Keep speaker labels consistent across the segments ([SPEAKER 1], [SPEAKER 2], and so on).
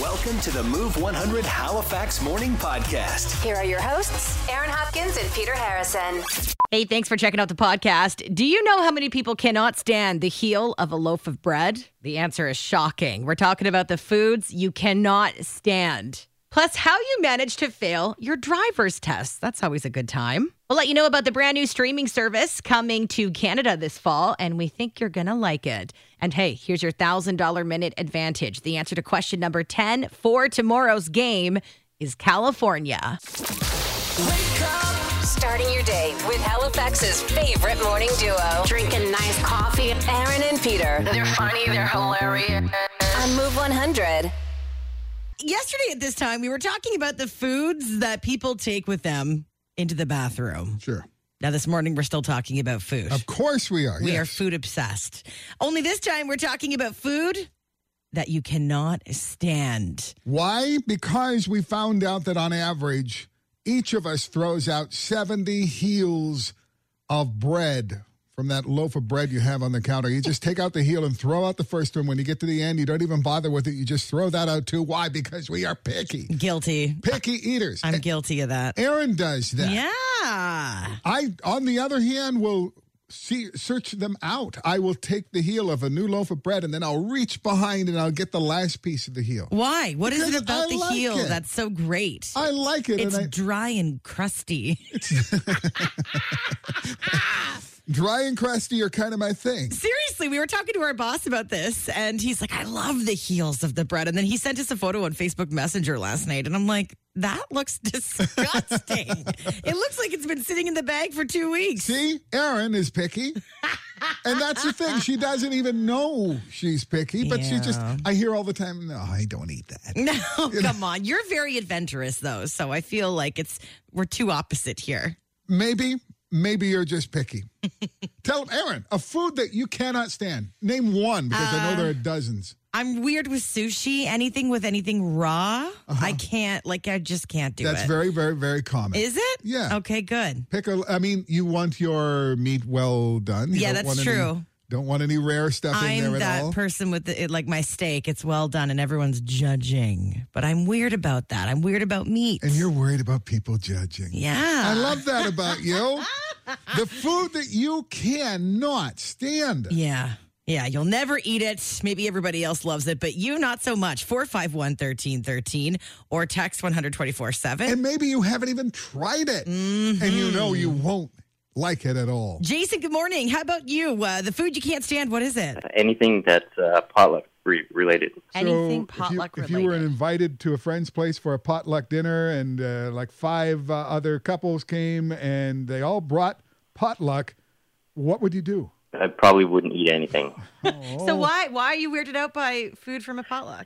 [SPEAKER 1] Welcome to the Move 100 Halifax Morning Podcast.
[SPEAKER 2] Here are your hosts, Aaron Hopkins and Peter Harrison.
[SPEAKER 3] Hey, thanks for checking out the podcast. Do you know how many people cannot stand the heel of a loaf of bread? The answer is shocking. We're talking about the foods you cannot stand. Plus, how you managed to fail your driver's test. That's always a good time. We'll let you know about the brand new streaming service coming to Canada this fall, and we think you're going to like it. And hey, here's your $1,000 minute advantage. The answer to question number 10 for tomorrow's game is California.
[SPEAKER 2] Starting your day with Halifax's favorite morning duo. Drinking nice coffee. Aaron and Peter. They're funny, they're hilarious. On Move 100.
[SPEAKER 3] yesterday at this time we were talking about the foods that people take with them into the bathroom.
[SPEAKER 4] Sure.
[SPEAKER 3] Now this morning we're still talking about food.
[SPEAKER 4] Of course we are.
[SPEAKER 3] we are
[SPEAKER 4] yes.
[SPEAKER 3] food obsessed. Only this time we're talking about food that you cannot stand.
[SPEAKER 4] Why? Because we found out that on average, each of us throws out 70 heels of bread from that loaf of bread you have on the counter. You just take out the heel and throw out the first one. When you get to the end, you don't even bother with it. You just throw that out too. Why? Because we are picky.
[SPEAKER 3] Guilty.
[SPEAKER 4] Picky eaters.
[SPEAKER 3] I'm guilty of that.
[SPEAKER 4] Aaron does that.
[SPEAKER 3] Yeah.
[SPEAKER 4] I, on the other hand, will see search them out. I will take the heel of a new loaf of bread and then I'll reach behind and I'll get the last piece of the heel.
[SPEAKER 3] Why? What is
[SPEAKER 4] Because
[SPEAKER 3] it about
[SPEAKER 4] I
[SPEAKER 3] the
[SPEAKER 4] like
[SPEAKER 3] heel
[SPEAKER 4] it.
[SPEAKER 3] that's so great?
[SPEAKER 4] I like it.
[SPEAKER 3] it's
[SPEAKER 4] and I,
[SPEAKER 3] dry and crusty.
[SPEAKER 4] Dry and crusty are kind of my thing.
[SPEAKER 3] Seriously, we were talking to our boss about this, and he's like, I love the heels of the bread. And then he sent us a photo on Facebook Messenger last night, and I'm like, that looks disgusting. it looks like it's been sitting in the bag for two weeks.
[SPEAKER 4] See, Erin is picky. And that's the thing. She doesn't even know she's picky, but she just,
[SPEAKER 3] Yeah.
[SPEAKER 4] I hear all the time, no, I don't eat that.
[SPEAKER 3] No, come on. You're very adventurous, though. So I feel like it's we're too opposite here.
[SPEAKER 4] Maybe, maybe you're just picky. Tell them, Erin, a food that you cannot stand. Name one because
[SPEAKER 3] Uh,
[SPEAKER 4] I know there are dozens.
[SPEAKER 3] I'm weird with sushi. Anything with anything raw, I can't. Like I just can't do
[SPEAKER 4] Uh-huh. That's
[SPEAKER 3] it.
[SPEAKER 4] very, very, very common.
[SPEAKER 3] Is it?
[SPEAKER 4] Yeah.
[SPEAKER 3] Okay. Good.
[SPEAKER 4] Pick a, I mean, you want your meat well done. You
[SPEAKER 3] Yeah,
[SPEAKER 4] don't
[SPEAKER 3] that's
[SPEAKER 4] want any-
[SPEAKER 3] true.
[SPEAKER 4] don't want any rare stuff in there
[SPEAKER 3] I'm
[SPEAKER 4] at
[SPEAKER 3] that
[SPEAKER 4] all.
[SPEAKER 3] person with the, it, like my steak. It's well done, and everyone's judging. But I'm weird about that. I'm weird about meat.
[SPEAKER 4] and you're worried about people judging.
[SPEAKER 3] yeah,
[SPEAKER 4] I love that about you. The food that you cannot stand.
[SPEAKER 3] Yeah, yeah. You'll never eat it. Maybe everybody else loves it, but you not so much. Four five one thirteen thirteen or text one hundred twenty four seven.
[SPEAKER 4] And maybe you haven't even tried it. And you know you
[SPEAKER 3] Mm-hmm.
[SPEAKER 4] won't like it at all.
[SPEAKER 3] Jason, good morning. How about you? Uh, the food you can't stand. What is it?
[SPEAKER 5] anything that's uh, potluck re- related.
[SPEAKER 3] Anything
[SPEAKER 4] so if you,
[SPEAKER 3] potluck
[SPEAKER 4] if you were
[SPEAKER 3] related.
[SPEAKER 4] invited to a friend's place for a potluck dinner and uh, like five uh, other couples came and they all brought potluck, what would you do?
[SPEAKER 5] I probably wouldn't eat anything.
[SPEAKER 6] So why why are you weirded out by food from a potluck?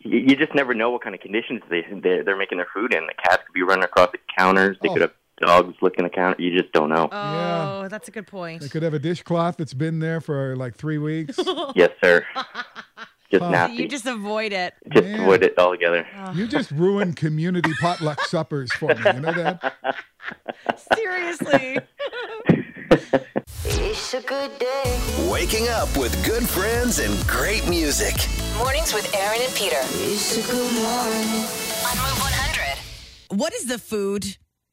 [SPEAKER 5] You, you just never know what kind of conditions they they're, they're making their food in. The cats could be running across the counters. They
[SPEAKER 4] Oh.
[SPEAKER 5] could have dogs licking the counter. You just don't know.
[SPEAKER 4] Yeah.
[SPEAKER 6] Oh, that's a good point.
[SPEAKER 4] They could have a dishcloth that's been there for like three weeks.
[SPEAKER 5] yes, sir. Just
[SPEAKER 4] Oh.
[SPEAKER 5] nasty.
[SPEAKER 6] You just avoid it.
[SPEAKER 5] just
[SPEAKER 4] Man.
[SPEAKER 5] avoid it altogether.
[SPEAKER 3] Ah.
[SPEAKER 4] you just ruined community potluck suppers for me. You know that?
[SPEAKER 6] Seriously.
[SPEAKER 2] It's a good day.
[SPEAKER 1] Waking up with good friends and great music.
[SPEAKER 2] Mornings with Aaron and Peter. It's a good morning. On Move 100.
[SPEAKER 3] What is the food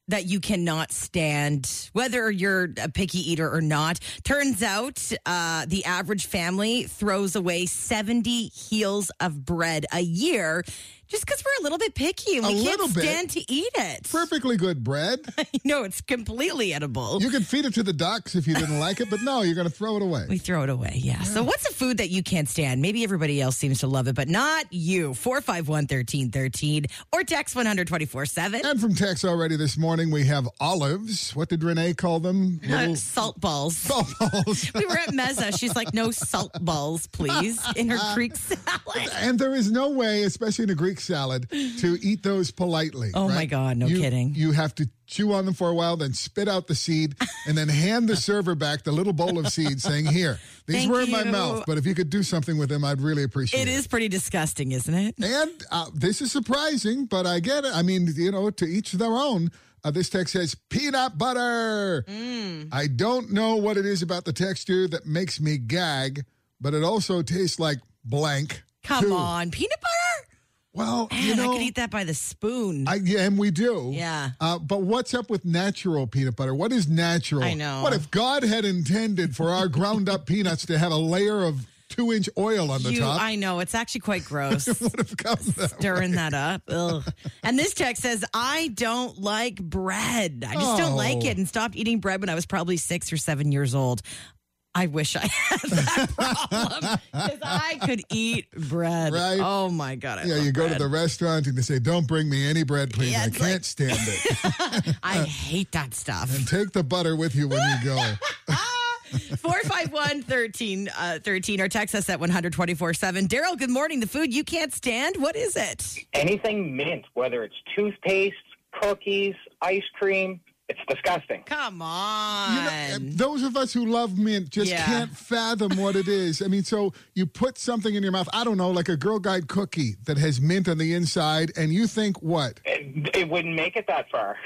[SPEAKER 3] that you cannot stand, whether you're a picky eater or not? Turns out uh, the average family throws away 70 heels of bread a year just because we're a little bit picky and
[SPEAKER 4] A
[SPEAKER 3] we
[SPEAKER 4] little
[SPEAKER 3] can't
[SPEAKER 4] bit.
[SPEAKER 3] stand to eat it.
[SPEAKER 4] Perfectly good bread.
[SPEAKER 3] no, it's completely edible.
[SPEAKER 4] You could feed it to the ducks if you didn't like it, but no, you're going to throw it away.
[SPEAKER 3] we throw it away, yeah. So, what's a food that you can't stand? Maybe everybody else seems to love it, but not you. 451 1313 or text 124 7.
[SPEAKER 4] And from text already this morning, we have olives. What did Renee call them? Little
[SPEAKER 3] Salt balls.
[SPEAKER 4] salt balls.
[SPEAKER 3] we were at Mezza. She's like, no salt balls, please, in her Greek salad.
[SPEAKER 4] And there is no way, especially in a Greek salad, to eat those politely.
[SPEAKER 3] Oh my
[SPEAKER 4] right?
[SPEAKER 3] God, no
[SPEAKER 4] You-
[SPEAKER 3] kidding.
[SPEAKER 4] You have to chew on them for a while, then spit out the seed, and then hand the server back the little bowl of seeds saying, Here, these
[SPEAKER 3] Thank
[SPEAKER 4] were in my
[SPEAKER 3] you.
[SPEAKER 4] mouth, but if you could do something with them, I'd really appreciate
[SPEAKER 3] It
[SPEAKER 4] it.
[SPEAKER 3] is pretty disgusting, isn't it?
[SPEAKER 4] And uh, this is surprising, but I get it. I mean, you know, to each their own. Uh, this text says peanut butter.
[SPEAKER 3] Mm.
[SPEAKER 4] I don't know what it is about the texture that makes me gag, but it also tastes like blank.
[SPEAKER 3] Come
[SPEAKER 4] too.
[SPEAKER 3] on, peanut butter?
[SPEAKER 4] Well,
[SPEAKER 3] Man,
[SPEAKER 4] you know,
[SPEAKER 3] I could eat that by the spoon.
[SPEAKER 4] I, yeah, and we do.
[SPEAKER 3] Yeah.
[SPEAKER 4] Uh, but what's up with natural peanut butter? What is natural?
[SPEAKER 3] I know.
[SPEAKER 4] What if God had intended for our ground up peanuts to have a layer of two inch oil on the
[SPEAKER 3] you,
[SPEAKER 4] top?
[SPEAKER 3] I know it's actually quite gross.
[SPEAKER 4] what if God?
[SPEAKER 3] Stirring that up. Ugh. And this text says, I don't like bread. I just don't
[SPEAKER 4] Oh.
[SPEAKER 3] like it and stopped eating bread when I was probably six or seven years old. I wish I had that problem because I could eat bread.
[SPEAKER 4] Right?
[SPEAKER 3] Oh my God. I
[SPEAKER 4] Yeah,
[SPEAKER 3] love
[SPEAKER 4] you go to
[SPEAKER 3] bread.
[SPEAKER 4] the restaurant and they say, "Don't bring me any bread, please.
[SPEAKER 3] Yeah,
[SPEAKER 4] I
[SPEAKER 3] it's
[SPEAKER 4] can't stand it."
[SPEAKER 3] I hate that stuff.
[SPEAKER 4] and take the butter with you when you go.
[SPEAKER 3] 451 13, uh, 13 or text us at 124 7. Daryl, good morning. The food you can't stand, what is it?
[SPEAKER 7] anything mint, whether it's toothpaste, cookies, ice cream, it's disgusting.
[SPEAKER 3] Come
[SPEAKER 4] You
[SPEAKER 3] on.
[SPEAKER 4] know, uh, those of us who love mint just
[SPEAKER 3] Yeah.
[SPEAKER 4] can't fathom what it is. I mean, so you put something in your mouth, I don't know, like a Girl Guide cookie that has mint on the inside, and you think what?
[SPEAKER 7] It, it wouldn't make it that far.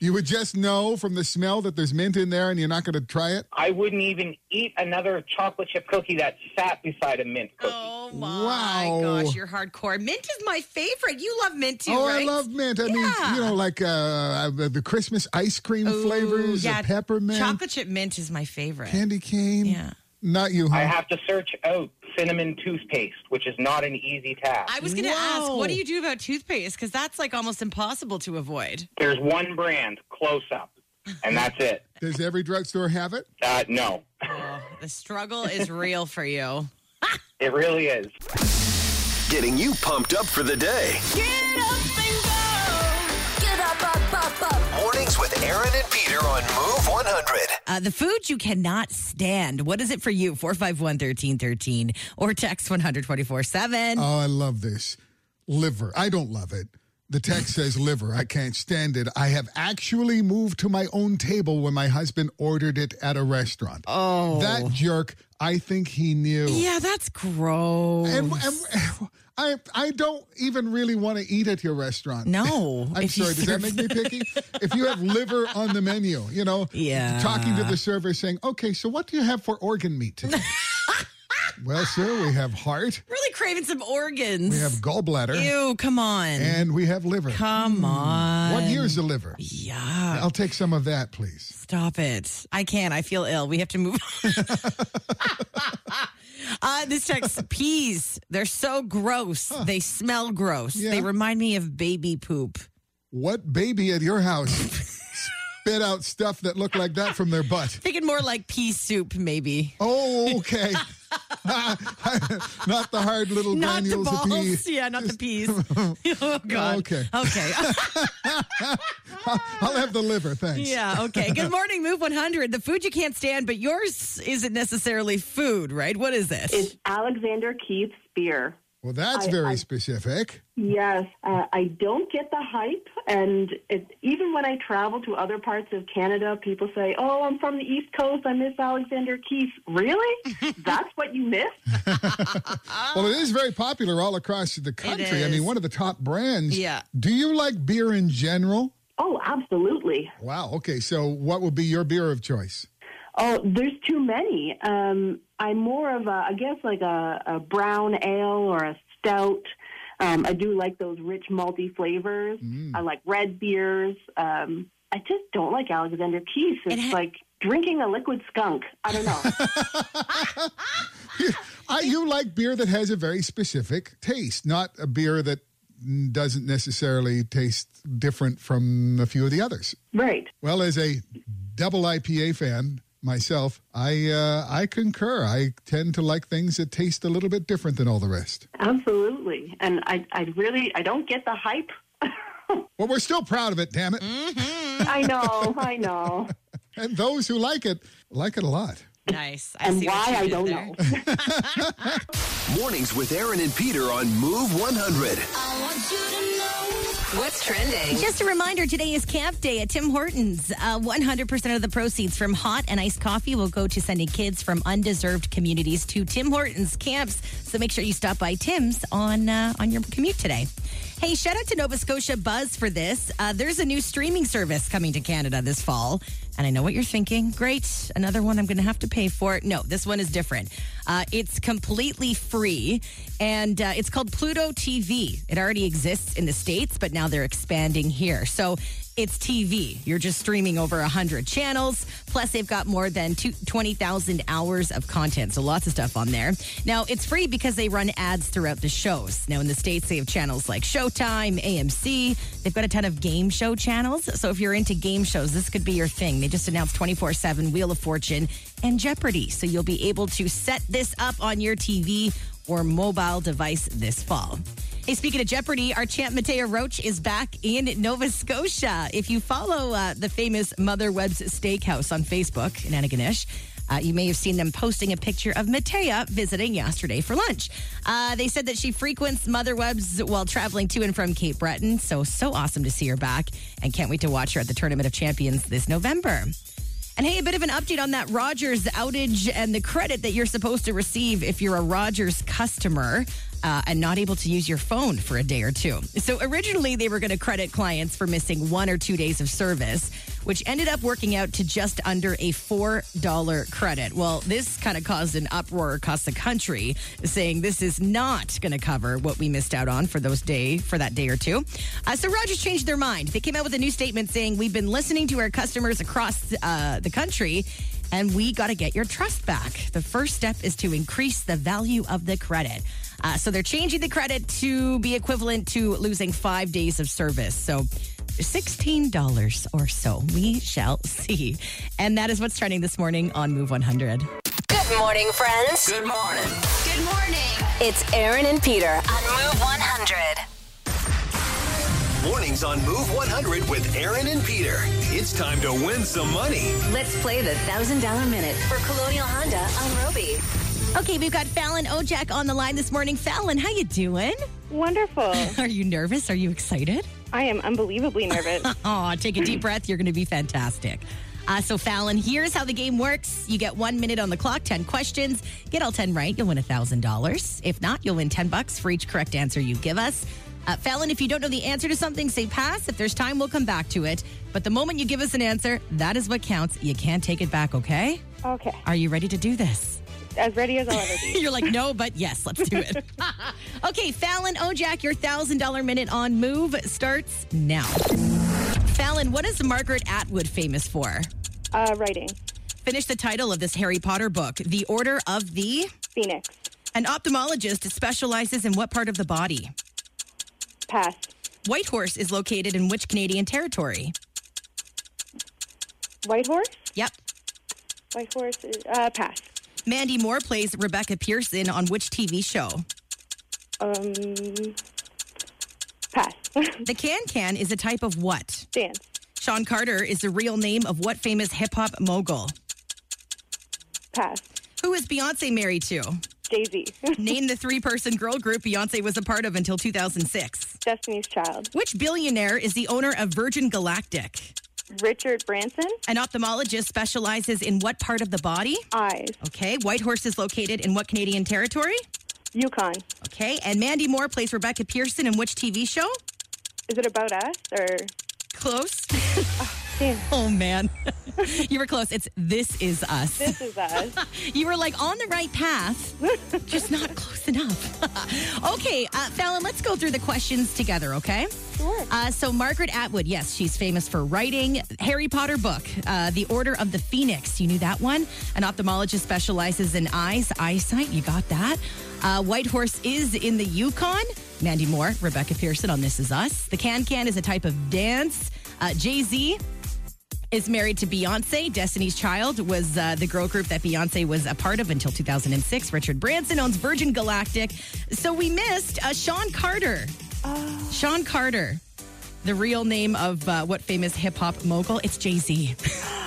[SPEAKER 4] You would just know from the smell that there's mint in there and you're not going to try it?
[SPEAKER 7] I wouldn't even eat another chocolate chip cookie that sat beside a mint cookie.
[SPEAKER 3] Oh my
[SPEAKER 4] Wow.
[SPEAKER 3] gosh, you're hardcore. Mint is my favorite. You love mint too,
[SPEAKER 4] oh,
[SPEAKER 3] right?
[SPEAKER 4] I love mint. I
[SPEAKER 3] Yeah.
[SPEAKER 4] mean, you know, like uh, the the Christmas ice cream
[SPEAKER 3] Ooh,
[SPEAKER 4] flavors, the
[SPEAKER 3] yeah.
[SPEAKER 4] peppermint,
[SPEAKER 3] Chocolate chip mint is my favorite.
[SPEAKER 4] candy cane.
[SPEAKER 3] Yeah.
[SPEAKER 4] Not you, huh?
[SPEAKER 7] I have to search out cinnamon toothpaste, which is not an easy task.
[SPEAKER 3] I was going to ask,
[SPEAKER 8] Whoa.
[SPEAKER 3] what do you do about toothpaste? Because that's like almost impossible to avoid.
[SPEAKER 7] There's one brand, Close Up, and that's it.
[SPEAKER 4] Does every drugstore have it?
[SPEAKER 7] Uh, no,
[SPEAKER 3] Oh, The struggle is real for you.
[SPEAKER 7] it really is.
[SPEAKER 1] Getting you pumped up for the day.
[SPEAKER 2] Get up and go. Get up, up, up, up.
[SPEAKER 1] Mornings with Aaron and Peter on Move 100.
[SPEAKER 3] Uh, the food you cannot stand. What is it for you? 451 1313 or text 124 7.
[SPEAKER 4] Oh, I love this. Liver. I don't love it. The text says liver. I can't stand it. I have actually moved to my own table when my husband ordered it at a restaurant. Oh. That jerk, I think he knew.
[SPEAKER 3] Yeah, that's gross.
[SPEAKER 4] And, and- I I don't even really want to eat at your restaurant.
[SPEAKER 3] No.
[SPEAKER 4] I'm
[SPEAKER 3] If you
[SPEAKER 4] sorry. Does that
[SPEAKER 3] serve-
[SPEAKER 4] make me picky? if you have liver on the menu, you know,
[SPEAKER 3] Yeah.
[SPEAKER 4] talking to the server saying, "Okay, so what do you have for organ meat?" today?" well, sir, we have heart,
[SPEAKER 3] really craving some organs.
[SPEAKER 4] we have gallbladder,
[SPEAKER 3] Ew, come on.
[SPEAKER 4] and we have liver. Hmm.
[SPEAKER 3] come on.
[SPEAKER 4] What year's the liver?
[SPEAKER 3] Yeah.
[SPEAKER 4] I'll take some of that, please.
[SPEAKER 3] Stop it. I can't. I feel ill. We have to move on. uh, this text peas. They're so gross. They smell gross.
[SPEAKER 4] Yeah.
[SPEAKER 3] They remind me of baby poop.
[SPEAKER 4] What baby at your house spit out stuff that looked like that from their butt?
[SPEAKER 3] Thinking more like pea soup, maybe.
[SPEAKER 4] Oh, okay. not the hard little
[SPEAKER 3] Not the
[SPEAKER 4] granules
[SPEAKER 3] balls.
[SPEAKER 4] of pea.
[SPEAKER 3] Yeah, not the peas. oh, God.
[SPEAKER 4] okay.
[SPEAKER 3] Okay.
[SPEAKER 4] I'll have the liver, thanks.
[SPEAKER 3] yeah, okay. Good morning, Move 100. The food you can't stand, but yours isn't necessarily food, right? What is this?
[SPEAKER 9] It's Alexander Keith's beer.
[SPEAKER 4] Well, that's
[SPEAKER 9] I-
[SPEAKER 4] very
[SPEAKER 9] I-
[SPEAKER 4] specific.
[SPEAKER 9] Yes, uh, I don't get the hype, and it, even when I travel to other parts of Canada, people say, "Oh, I'm from the East Coast. I miss Alexander Keith." Really? That's what you miss?
[SPEAKER 4] well, it is very popular all across the country. I
[SPEAKER 3] Uh-huh. is.
[SPEAKER 4] mean, one of the top brands.
[SPEAKER 3] Yeah.
[SPEAKER 4] Do you like beer in general?
[SPEAKER 9] Oh, absolutely.
[SPEAKER 4] Wow. Okay. So, what would be your beer of choice?
[SPEAKER 9] Oh, there's too many. Um, I'm more of a, I guess, like a, a brown ale or a stout. Um, I do like those rich malty flavors. I like red beers. Um, I just don't like Alexander Keith's. It's
[SPEAKER 3] ha-
[SPEAKER 9] like drinking a liquid skunk. I don't know.
[SPEAKER 4] I, you like beer that has a very specific taste, not a beer that mm, doesn't necessarily taste different from a few of the others.
[SPEAKER 9] right.
[SPEAKER 4] Well, as a double IPA fan myself, I uh, I concur. I tend to like things that taste a little bit different than all the rest.
[SPEAKER 9] Absolutely. And I, I really, I don't get the hype.
[SPEAKER 4] Well, we're still proud of it, damn it.
[SPEAKER 3] Mm-hmm.
[SPEAKER 9] I know. I know.
[SPEAKER 4] And those who like it like it a lot.
[SPEAKER 3] nice. I
[SPEAKER 9] and
[SPEAKER 3] see what
[SPEAKER 9] why,
[SPEAKER 3] you
[SPEAKER 9] I
[SPEAKER 3] did
[SPEAKER 9] don't
[SPEAKER 3] there.
[SPEAKER 9] know.
[SPEAKER 1] Mornings with Aaron and Peter on Move 100.
[SPEAKER 2] What's trending?
[SPEAKER 3] Just a reminder, today is camp day at Tim Hortons. Uh, 100% of the proceeds from hot and iced coffee will go to sending kids from undeserved communities to Tim Hortons camps. So make sure you stop by Tim's on, uh, on your commute today. Hey, shout out to Nova Scotia Buzz for this. Uh, there's a new streaming service coming to Canada this fall. And I know what you're thinking. Great. Another one I'm going to have to pay for. No, this one is different. Uh, it's completely free, and uh, it's called Pluto TV. It already exists in the States, but now they're expanding here. So it's TV. You're just streaming over 100 channels. Plus, they've got more than two- 20,000 hours of content. So, lots of stuff on there. Now, it's free because they run ads throughout the shows. Now, in the States, they have channels like Showtime, AMC. They've got a ton of game show channels. So, if you're into game shows, this could be your thing. They just announced 24 7 Wheel of Fortune and Jeopardy. So, you'll be able to set this up on your TV or mobile device this fall. Hey, speaking of Jeopardy, our champ Matea Roach is back in Nova Scotia. If you follow uh, the famous Mother Webb's Steakhouse on Facebook in Antigonish, uh, you may have seen them posting a picture of Matea visiting yesterday for lunch. Uh, they said that she frequents Mother Webb's while traveling to and from Cape Breton. So, so awesome to see her back and can't wait to watch her at the Tournament of Champions this November. And hey, a bit of an update on that Rogers outage and the credit that you're supposed to receive if you're a Rogers customer. Uh, and not able to use your phone for a day or two. So originally, they were going to credit clients for missing one or two days of service, which ended up working out to just under a $4 credit. Well, this kind of caused an uproar across the country, saying this is not going to cover what we missed out on for those day for that day or two. Uh, so Rogers changed their mind. They came out with a new statement saying, "We've been listening to our customers across uh, the country." and we got to get your trust back. The first step is to increase the value of the credit. Uh, so they're changing the credit to be equivalent to losing five days of service. So $16 or so. We shall see. And that is what's trending this morning on Move 100.
[SPEAKER 2] Good morning, friends. Good morning. Good morning. It's Aaron and Peter on Move 100.
[SPEAKER 1] Mornings on Move 100 with Aaron and Peter. It's time to win some money.
[SPEAKER 2] Let's play the $1,000 minute for Colonial Honda on Roby.
[SPEAKER 3] Okay, we've got Fallon Ojak on the line this morning. Fallon, how you doing?
[SPEAKER 10] Wonderful.
[SPEAKER 3] Are you nervous? Are you excited?
[SPEAKER 10] I am unbelievably nervous.
[SPEAKER 3] Oh, take a deep breath. You're going to be fantastic. Uh, so, Fallon, here's how the game works. You get one minute on the clock, 10 questions. Get all 10 right, you'll win $1,000. If not, you'll win 10 bucks for each correct answer you give us. Uh, Fallon, if you don't know the answer to something, say pass. If there's time, we'll come back to it. But the moment you give us an answer, that is what counts. You can't take it back, okay?
[SPEAKER 10] Okay.
[SPEAKER 3] Are you ready to do this?
[SPEAKER 10] As ready as I'll ever be.
[SPEAKER 3] You're like, no, but yes, let's do it. okay, Fallon Ojak, your $1,000 minute on Move starts now. Fallon, what is Margaret Atwood famous for?
[SPEAKER 10] Uh, writing.
[SPEAKER 3] Finish the title of this Harry Potter book, The Order of the.
[SPEAKER 10] Phoenix.
[SPEAKER 3] An ophthalmologist specializes in what part of the body?
[SPEAKER 10] Pass.
[SPEAKER 3] Whitehorse is located in which Canadian territory?
[SPEAKER 10] White horse.
[SPEAKER 3] Yep.
[SPEAKER 10] White horse. Is, uh, pass.
[SPEAKER 3] Mandy Moore plays Rebecca Pearson on which TV show?
[SPEAKER 10] Um. Pass.
[SPEAKER 3] The can can is a type of what?
[SPEAKER 10] Dance.
[SPEAKER 3] Sean Carter is the real name of what famous hip hop mogul?
[SPEAKER 10] Pass.
[SPEAKER 3] Who is Beyonce married to?
[SPEAKER 10] Daisy.
[SPEAKER 3] Name the three person girl group Beyonce was a part of until 2006.
[SPEAKER 10] Destiny's Child.
[SPEAKER 3] Which billionaire is the owner of Virgin Galactic?
[SPEAKER 10] Richard Branson.
[SPEAKER 3] An ophthalmologist specializes in what part of the body?
[SPEAKER 10] Eyes.
[SPEAKER 3] Okay. Whitehorse is located in what Canadian territory?
[SPEAKER 10] Yukon.
[SPEAKER 3] Okay. And Mandy Moore plays Rebecca Pearson in which TV show?
[SPEAKER 10] Is it about us or?
[SPEAKER 3] Close.
[SPEAKER 10] Damn.
[SPEAKER 3] oh, man. you were close. It's This Is Us.
[SPEAKER 10] This is us.
[SPEAKER 3] You were like on the right path, just not close enough. okay, uh, Fallon, let's go through the questions together, okay?
[SPEAKER 10] Sure.
[SPEAKER 3] Uh, so, Margaret Atwood, yes, she's famous for writing Harry Potter book, uh, The Order of the Phoenix. You knew that one. An ophthalmologist specializes in eyes, eyesight. You got that. Uh, White Horse is in the Yukon. Mandy Moore, Rebecca Pearson on This Is Us. The can can is a type of dance. Uh, Jay Z, is married to Beyonce. Destiny's Child was uh, the girl group that Beyonce was a part of until 2006. Richard Branson owns Virgin Galactic. So we missed uh, Sean Carter. Sean Carter, the real name of uh, what famous hip hop mogul? It's Jay Z.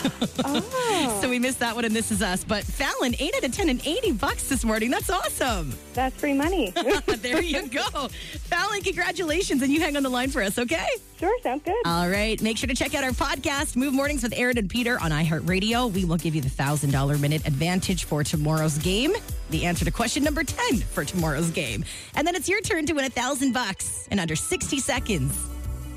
[SPEAKER 3] So we missed that one, and this is us. But Fallon, eight out of ten and eighty bucks this morning. That's awesome.
[SPEAKER 10] That's free money.
[SPEAKER 3] there you go, Fallon. Congratulations, and you hang on the line for us, okay?
[SPEAKER 10] sure, sounds good.
[SPEAKER 3] All right. Make sure to check out our podcast, Move Mornings with Aaron and Peter on iHeartRadio. We will give you the $1,000 minute advantage for tomorrow's game. The answer to question number 10 for tomorrow's game. And then it's your turn to win a 1000 bucks in under 60 seconds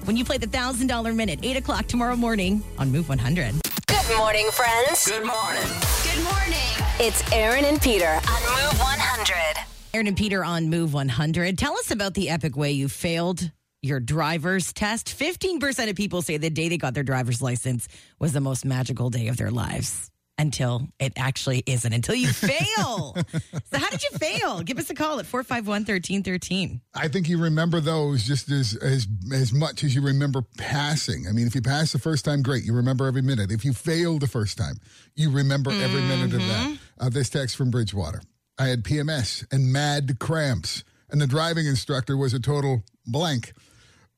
[SPEAKER 3] when you play the $1,000 minute, 8 o'clock tomorrow morning on Move 100.
[SPEAKER 2] Good morning, friends. Good morning. Good morning. It's Aaron and Peter on Move 100.
[SPEAKER 3] Aaron and Peter on Move 100. Tell us about the epic way you failed your driver's test. 15% of people say the day they got their driver's license was the most magical day of their lives until it actually isn't, until you fail. so, how did you fail? Give us a call at 451 1313.
[SPEAKER 4] I think you remember those just as as as much as you remember passing. I mean, if you pass the first time, great. You remember every minute. If you fail the first time, you remember every minute of that.
[SPEAKER 3] Mm-hmm.
[SPEAKER 4] Uh, this text from Bridgewater: I had PMS and mad cramps, and the driving instructor was a total blank.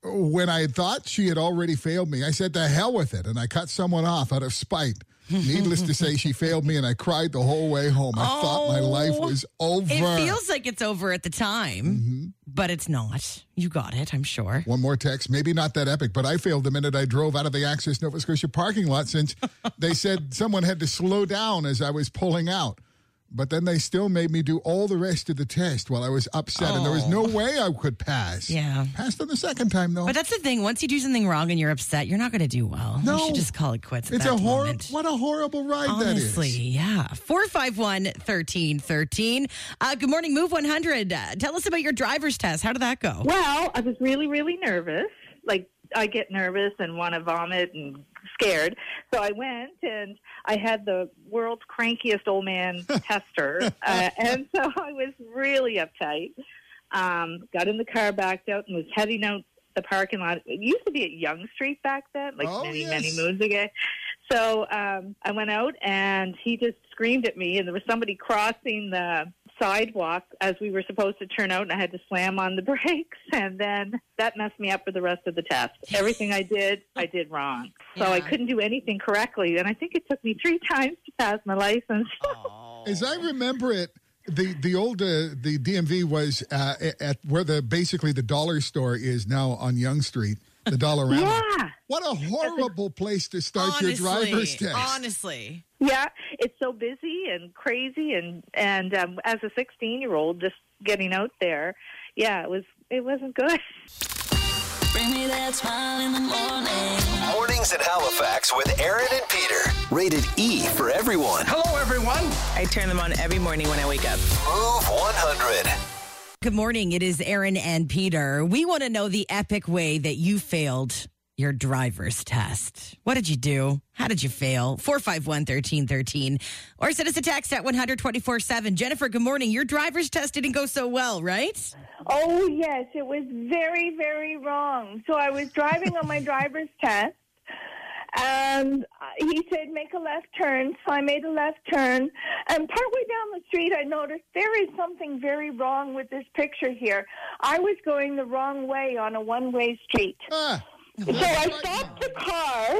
[SPEAKER 4] When I thought she had already failed me, I said to hell with it, and I cut someone off out of spite. Needless to say, she failed me, and I cried the whole way home. I thought my life was over.
[SPEAKER 3] It feels like it's over at the time,
[SPEAKER 4] Mm-hmm.
[SPEAKER 3] but it's not. You got it, I'm sure.
[SPEAKER 4] One more text, maybe not that epic, but I failed the minute I drove out of the Access Nova Scotia parking lot since they said someone had to slow down as I was pulling out. But then they still made me do all the rest of the test while I was upset, and there was no way I could pass.
[SPEAKER 3] Oh. Yeah.
[SPEAKER 4] Passed on the second time, though.
[SPEAKER 3] But that's the thing. Once you do something wrong and you're upset, you're not going to do well. You
[SPEAKER 4] No.
[SPEAKER 3] should just call it quits. at
[SPEAKER 4] it's
[SPEAKER 3] that
[SPEAKER 4] a horrible,
[SPEAKER 3] moment.
[SPEAKER 4] what a horrible ride
[SPEAKER 3] Honestly,
[SPEAKER 4] that is.
[SPEAKER 3] yeah. 451 1313. Uh, good morning, Move 100. Uh, tell us about your driver's test. How did that go?
[SPEAKER 10] Well, I was really, really nervous. Like, I get nervous and want to vomit and scared. So I went and I had the world's crankiest old man tester. Uh, and so I was really uptight. Um, got in the car, backed out, and was heading out the parking lot. It used to be at Young Street back then, like
[SPEAKER 4] Oh,
[SPEAKER 10] many,
[SPEAKER 4] yes.
[SPEAKER 10] many moons ago. So um, I went out and he just screamed at me, and there was somebody crossing the sidewalk as we were supposed to turn out, and I had to slam on the brakes, and then that messed me up for the rest of the test. Everything I did, I did wrong. So I
[SPEAKER 6] Yeah.
[SPEAKER 10] couldn't do anything correctly, and I think it took me three times to pass my license.
[SPEAKER 4] As I remember it, the the old uh, the DMV was uh, a- at where the basically the dollar store is now on Young Street, the Dollarama.
[SPEAKER 10] yeah.
[SPEAKER 4] What a horrible place to start your driver's test.
[SPEAKER 6] honestly.
[SPEAKER 10] Yeah, it's so busy and crazy, and and um, as a sixteen-year-old, just getting out there, yeah, it was it wasn't good.
[SPEAKER 1] Mornings at Halifax with Aaron and Peter. Rated E for everyone.
[SPEAKER 11] Hello, everyone. I turn them on every morning when I wake up.
[SPEAKER 1] Move 100.
[SPEAKER 3] Good morning. It is Aaron and Peter. We want to know the epic way that you failed your driver's test. What did you do? How did you fail? 451 1313. Or send us a text at 124 7. Jennifer, good morning. Your driver's test didn't go so well, right?
[SPEAKER 12] Oh, yes. It was very, very wrong. So I was driving on my driver's test, and he said, make a left turn. So I made a left turn. And partway down the street, I noticed there is something very wrong with this picture here. I was going the wrong way on a one way street.
[SPEAKER 4] Ah,
[SPEAKER 12] So I stopped the car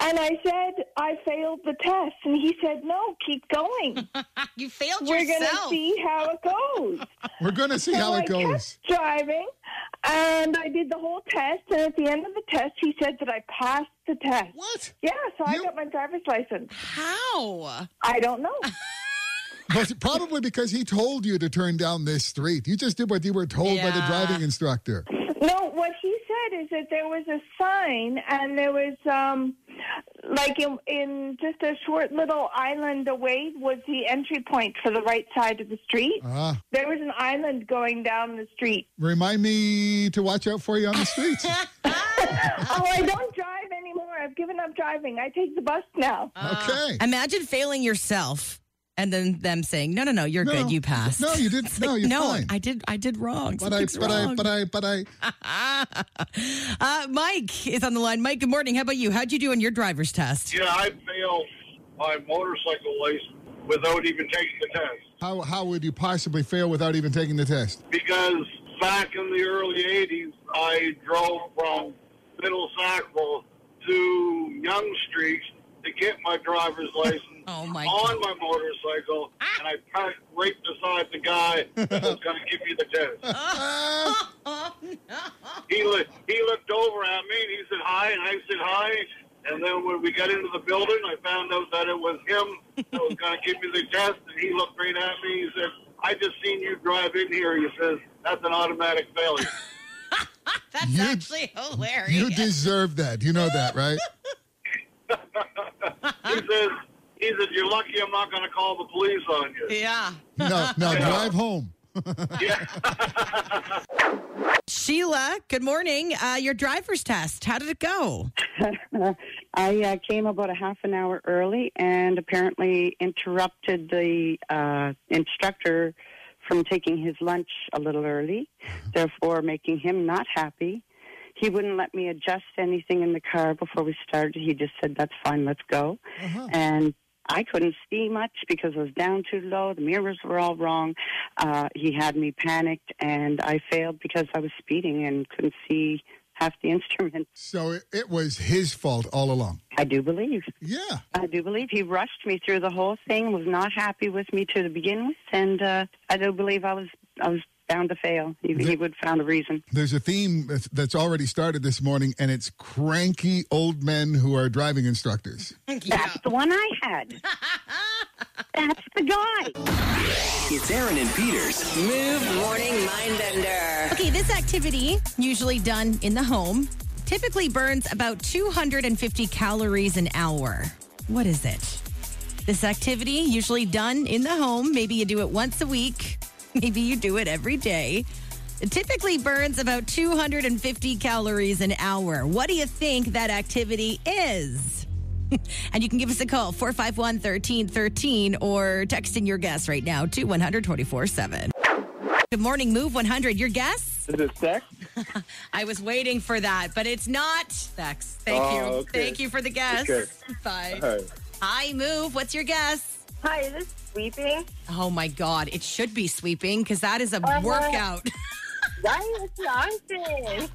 [SPEAKER 12] and I said, I failed the test. And he said, No, keep going.
[SPEAKER 6] You failed
[SPEAKER 12] We're going to
[SPEAKER 6] yourself.
[SPEAKER 12] see how it goes.
[SPEAKER 4] we're going to see
[SPEAKER 12] So
[SPEAKER 4] how
[SPEAKER 12] I
[SPEAKER 4] it goes.
[SPEAKER 12] kept driving, and I did the whole test. And at the end of the test, he said that I passed the test.
[SPEAKER 4] What?
[SPEAKER 12] Yeah, so I
[SPEAKER 4] You-
[SPEAKER 12] got my driver's license.
[SPEAKER 6] How?
[SPEAKER 12] I don't know.
[SPEAKER 4] But probably because he told you to turn down this street. You just did what you were told by the
[SPEAKER 6] Yeah.
[SPEAKER 4] driving instructor.
[SPEAKER 12] no, what he said is that there was a sign, and there was um, like in, in just a short little island away was the entry point for the right side of the street.
[SPEAKER 4] Ah,
[SPEAKER 12] There was an island going down the street.
[SPEAKER 4] remind me to watch out for you on the streets.
[SPEAKER 12] oh, I don't drive anymore. I've given up driving. I take the bus now.
[SPEAKER 4] okay.
[SPEAKER 3] Uh, Imagine failing yourself and then them saying, "No, no, no, you're
[SPEAKER 4] No.
[SPEAKER 3] good. You passed."
[SPEAKER 4] No, you didn't.
[SPEAKER 3] It's
[SPEAKER 4] No,
[SPEAKER 3] like,
[SPEAKER 4] you're
[SPEAKER 3] no,
[SPEAKER 4] fine.
[SPEAKER 3] I did. I did wrong.
[SPEAKER 4] But I, but I, but I, but I.
[SPEAKER 3] uh, Mike is on the line. Mike, good morning. How about you? How'd you do on your driver's test?
[SPEAKER 13] Yeah, I failed my motorcycle license without even taking the test
[SPEAKER 4] How how would you possibly fail without even taking the test?
[SPEAKER 13] because back in the early '80s, I drove from Middle Sackville to Young Street to get my driver's license
[SPEAKER 3] Oh my Ah!
[SPEAKER 13] on my motorcycle, and I parked right beside the guy that was going to give me the test. He looked, he looked over at me and he said hi, and I said hi. And then when we got into the building, I found out that it was him that was going to give me the test. And he looked right at me. He said, "I just seen you drive in here." He says, "That's an automatic failure."
[SPEAKER 6] That's
[SPEAKER 4] You-
[SPEAKER 6] actually hilarious.
[SPEAKER 4] You deserve that. You know that, right?
[SPEAKER 13] He says, He said, "You're lucky I'm not going to call the police on you."
[SPEAKER 3] Ah.
[SPEAKER 6] Yeah.
[SPEAKER 4] No, no,
[SPEAKER 13] Yeah.
[SPEAKER 4] drive home.
[SPEAKER 3] Sheila, good morning. Uh, your driver's test, how did it go?
[SPEAKER 14] I uh, came about a half an hour early and apparently interrupted the uh, instructor from taking his lunch a little early,
[SPEAKER 4] Mm-hmm.
[SPEAKER 14] therefore making him not happy. He wouldn't let me adjust anything in the car before we started. He just said, "That's fine, let's go."
[SPEAKER 4] Uh-huh.
[SPEAKER 14] And I couldn't see much because I was down too low. The mirrors were all wrong. Uh, he had me panicked, and I failed because I was speeding and couldn't see half the instrument.
[SPEAKER 4] So it, it was his fault all along.
[SPEAKER 14] I do believe.
[SPEAKER 4] Yeah.
[SPEAKER 14] I do believe he rushed me through the whole thing. Was not happy with me to begin with, and uh, I do believe I was I was bound to fail. He, he would found a reason.
[SPEAKER 4] There's a theme that's- that's already started this morning, and it's cranky old men who are driving instructors.
[SPEAKER 14] That's the one I had. That's the guy.
[SPEAKER 1] It's Aaron and Peter's Move
[SPEAKER 2] Morning Mindbender.
[SPEAKER 3] Okay, this activity, usually done in the home, typically burns about 250 calories an hour. What is it? This activity, usually done in the home, maybe you do it once a week, maybe you do it every day. It typically burns about 250 calories an hour. What do you think that activity is? and you can give us a call 451 1313 or texting your guess right now to 124 7. Good morning, Move 100. Your guess?
[SPEAKER 7] Is it sex?
[SPEAKER 8] I was waiting for that, but it's not. Thanks. Thank
[SPEAKER 7] Oh,
[SPEAKER 8] you.
[SPEAKER 7] okay.
[SPEAKER 8] Thank you for the guess.
[SPEAKER 7] Okay.
[SPEAKER 8] Bye.
[SPEAKER 7] All right.
[SPEAKER 8] Hi, Move. What's your guess?
[SPEAKER 12] Hi, is this sweeping?
[SPEAKER 8] Oh my God. It should be sweeping because that is a
[SPEAKER 12] Uh-huh.
[SPEAKER 8] workout.
[SPEAKER 12] Why is nonsense?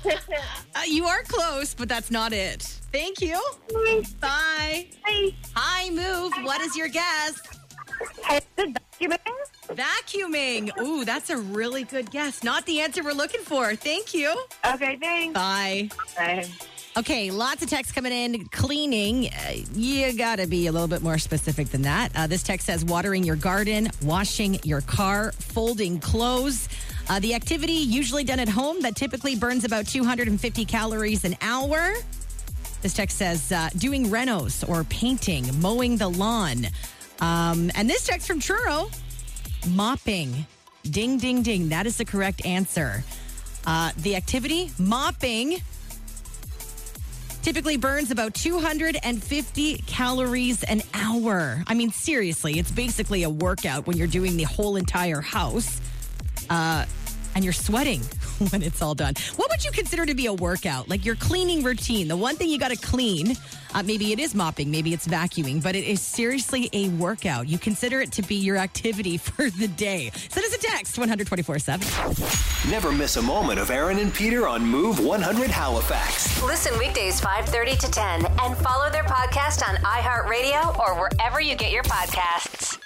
[SPEAKER 8] Uh, you are close, but that's not it. Thank you. Bye. Hi, Move. What is your guess?
[SPEAKER 12] Vacuuming?
[SPEAKER 8] Vacuuming. Ooh, that's a really good guess. Not the answer we're looking for. Thank you.
[SPEAKER 12] Okay, thanks.
[SPEAKER 8] Bye.
[SPEAKER 12] Bye.
[SPEAKER 3] Okay, lots of texts coming in. Cleaning, uh, you gotta be a little bit more specific than that. Uh, this text says watering your garden, washing your car, folding clothes. Uh, the activity usually done at home that typically burns about 250 calories an hour. This text says uh, doing renos or painting, mowing the lawn. Um, and this text from Truro mopping. Ding, ding, ding. That is the correct answer. Uh, the activity, mopping, typically burns about 250 calories an hour. I mean, seriously, it's basically a workout when you're doing the whole entire house. Uh, and you're sweating when it's all done. What would you consider to be a workout? Like your cleaning routine, the one thing you got to clean. Uh, maybe it is mopping, maybe it's vacuuming, but it is seriously a workout. You consider it to be your activity for the day. Send us a text 124 7.
[SPEAKER 1] Never miss a moment of Aaron and Peter on Move 100 Halifax.
[SPEAKER 2] Listen weekdays 5:30 to 10 and follow their podcast on iHeartRadio or wherever you get your podcasts.